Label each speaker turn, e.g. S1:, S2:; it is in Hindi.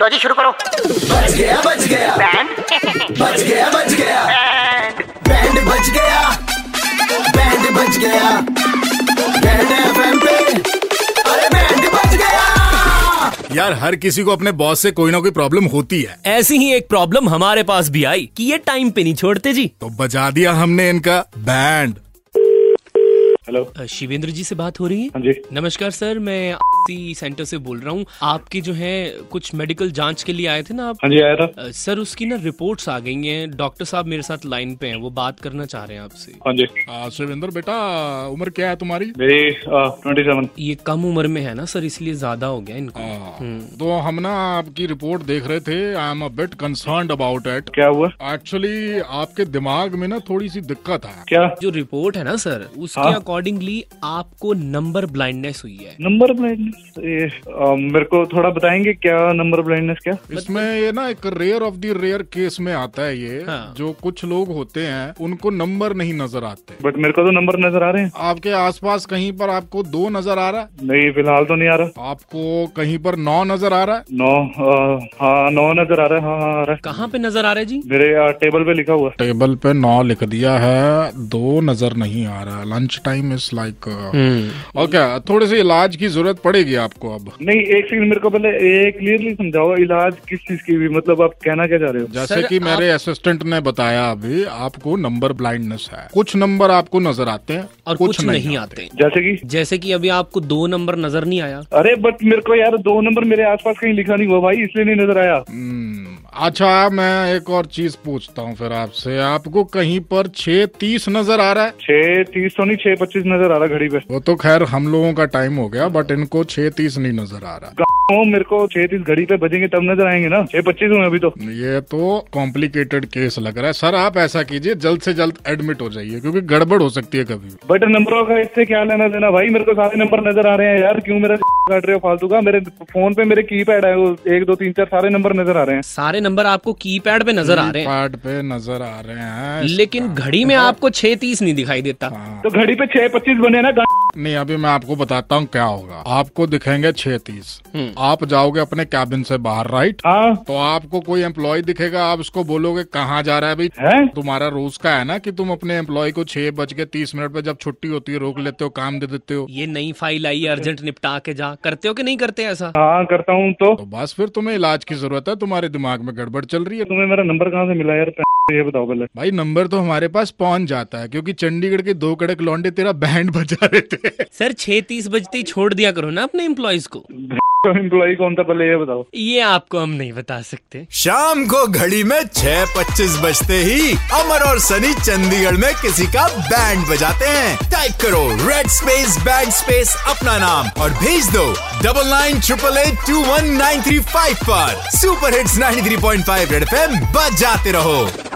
S1: लो जी शुरू करो
S2: बच गया बच गया
S1: बैंड
S2: बच गया बच गया बैंड बच गया बैंड बच गया बैंड एफएम पे अरे बैंड बच गया
S3: यार हर किसी को अपने बॉस से कोई ना कोई प्रॉब्लम होती है
S4: ऐसी ही एक प्रॉब्लम हमारे पास भी आई कि ये टाइम पे नहीं छोड़ते जी
S3: तो बजा दिया हमने इनका बैंड
S5: हेलो
S4: अ, शिवेंद्र जी से बात हो रही है
S5: हाँ जी
S4: नमस्कार सर मैं सी सेंटर से बोल रहा हूँ आपके जो है कुछ मेडिकल जांच के लिए आए थे ना आप
S5: हाँ जी आया था
S4: अ, सर उसकी ना रिपोर्ट्स आ गई हैं डॉक्टर साहब मेरे साथ लाइन पे हैं वो बात करना चाह रहे हैं आपसे
S5: हाँ जी
S3: शिवेंद्र बेटा उम्र क्या है तुम्हारी
S5: मेरी ट्वेंटी सेवन
S4: ये कम उम्र में है ना सर इसलिए ज्यादा हो गया इनको
S3: तो हम ना आपकी रिपोर्ट देख रहे थे I am a bit concern about it
S5: क्या हुआ
S3: एक्चुअली आपके दिमाग में ना थोड़ी सी दिक्कत है
S5: क्या
S4: जो रिपोर्ट है ना सर उसके
S5: हाँ।
S4: अकॉर्डिंगली आपको नंबर ब्लाइंडनेस हुई है
S5: नंबर ब्लाइंडनेस ये अ, मेरे को थोड़ा बताएंगे क्या नंबर ब्लाइंडनेस क्या
S3: इसमें ये ना एक rare of the rare case में आता है ये
S4: हाँ।
S3: जो कुछ लोग होते हैं उनको नंबर नहीं नजर आते
S5: बट मेरे को तो नंबर नजर आ रहे हैं
S3: आपके आसपास कहीं पर आपको दो नजर आ रहा है
S5: नहीं फिलहाल तो नहीं आ रहा
S3: आपको कहीं पर नौ नजर आ रहा है
S5: नौ अ, हाँ नौ नजर आ रहा है हाँ हाँ आ रहा है
S4: कहाँ पे नजर आ रहा है जी
S5: मेरे अ, टेबल पे लिखा हुआ है।
S3: टेबल पे नौ लिख दिया है दो नजर नहीं आ रहा lunch time is like
S4: hmm.
S3: Okay थोड़े से इलाज की जरूरत पड़ेगी आपको अब
S5: नहीं एक सेकंड मेरे को पहले ये क्लियरली समझाओ इलाज किस चीज की भी मतलब आप कहना क्या चाह रहे हो
S3: जैसे कि मेरे असिस्टेंट ने बताया अभी आपको नंबर ब्लाइंडनेस है कुछ नंबर आपको नजर आते हैं
S4: और कुछ नहीं आते
S5: जैसे कि
S4: जैसे कि अभी आपको दो नंबर नजर नहीं आया
S5: अरे बट मेरे को यार दो नंबर मेरे आसपास कहीं लिखा नहीं हुआ भाई इसलिए नहीं नजर आया
S3: हम्म, अच्छा मैं एक और चीज पूछता हूँ फिर आपसे आपको कहीं पर छह तीस नजर आ रहा है
S5: छह तीस तो नहीं छह पच्चीस नजर आ रहा घड़ी पे
S3: वो तो खैर हम लोगों का टाइम हो गया बट इनको छह तीस नहीं नजर आ रहा
S5: गाँव मेरे को छह तीस घड़ी पे बजेंगे तब नजर आएंगे ना छह पच्चीस हुए अभी तो
S3: ये तो कॉम्प्लिकेटेड केस लग रहा है सर आप ऐसा कीजिए जल्द से जल्द एडमिट हो जाइए क्योंकि गड़बड़ हो सकती है कभी भी
S5: बट नंबरों का इससे क्या लेना देना भाई मेरे को सारे नंबर नजर आ रहे हैं यार क्यों मेरा काट रहे हो फालतू का मेरे फोन पे मेरे की पैड है वो एक दो तीन चार सारे नंबर नजर आ रहे हैं
S4: सारे नंबर आपको कीपैड पे नजर आ
S3: Hmm.
S4: रहे हैं
S3: कार्ड पे नजर आ रहे हैं
S4: लेकिन घड़ी में आपको छह तीस नहीं दिखाई देता
S5: तो घड़ी पे छह पच्चीस बने ना गा-
S3: नहीं अभी मैं आपको बताता हूँ क्या होगा आपको दिखेंगे छह तीस
S4: हम्म।
S3: आप जाओगे अपने कैबिन से बाहर राइट
S5: हाँ
S3: तो आपको कोई एम्प्लॉय दिखेगा आप उसको बोलोगे कहाँ जा रहा है भाई
S5: है
S3: तुम्हारा रोज का है ना कि तुम अपने एम्प्लॉय को छह बज के तीस मिनट पे जब छुट्टी होती है रोक लेते हो काम दे देते हो
S4: ये नई फाइल आई है अर्जेंट निपटा के जा करते हो कि नहीं करते ऐसा
S5: हाँ करता हूँ तो
S3: तो बस फिर तुम्हें इलाज की जरूरत है तुम्हारे दिमाग में गड़बड़ चल रही है
S5: तुम्हें मेरा नंबर कहाँ से मिला यार ये बताओ पहले
S3: भाई नंबर तो हमारे पास पहुंच जाता है क्योंकि चंडीगढ़ के दो कड़क लौंडे तेरा बैंड बजा रहे थे
S4: सर छह तीस बजते ही छोड़ दिया करो ना अपने एम्प्लॉयज को
S5: एम्प्लॉय कौन था पहले ये बताओ
S4: ये आपको हम नहीं बता सकते
S6: शाम को घड़ी में छह पच्चीस बजते ही अमर और सनी चंडीगढ़ में किसी का बैंड बजाते हैं टाइप करो रेड स्पेस बैंड स्पेस अपना नाम और भेज दो double nine triple eight two one nine three five पर super hits 93.5 three point five red M बजाते रहो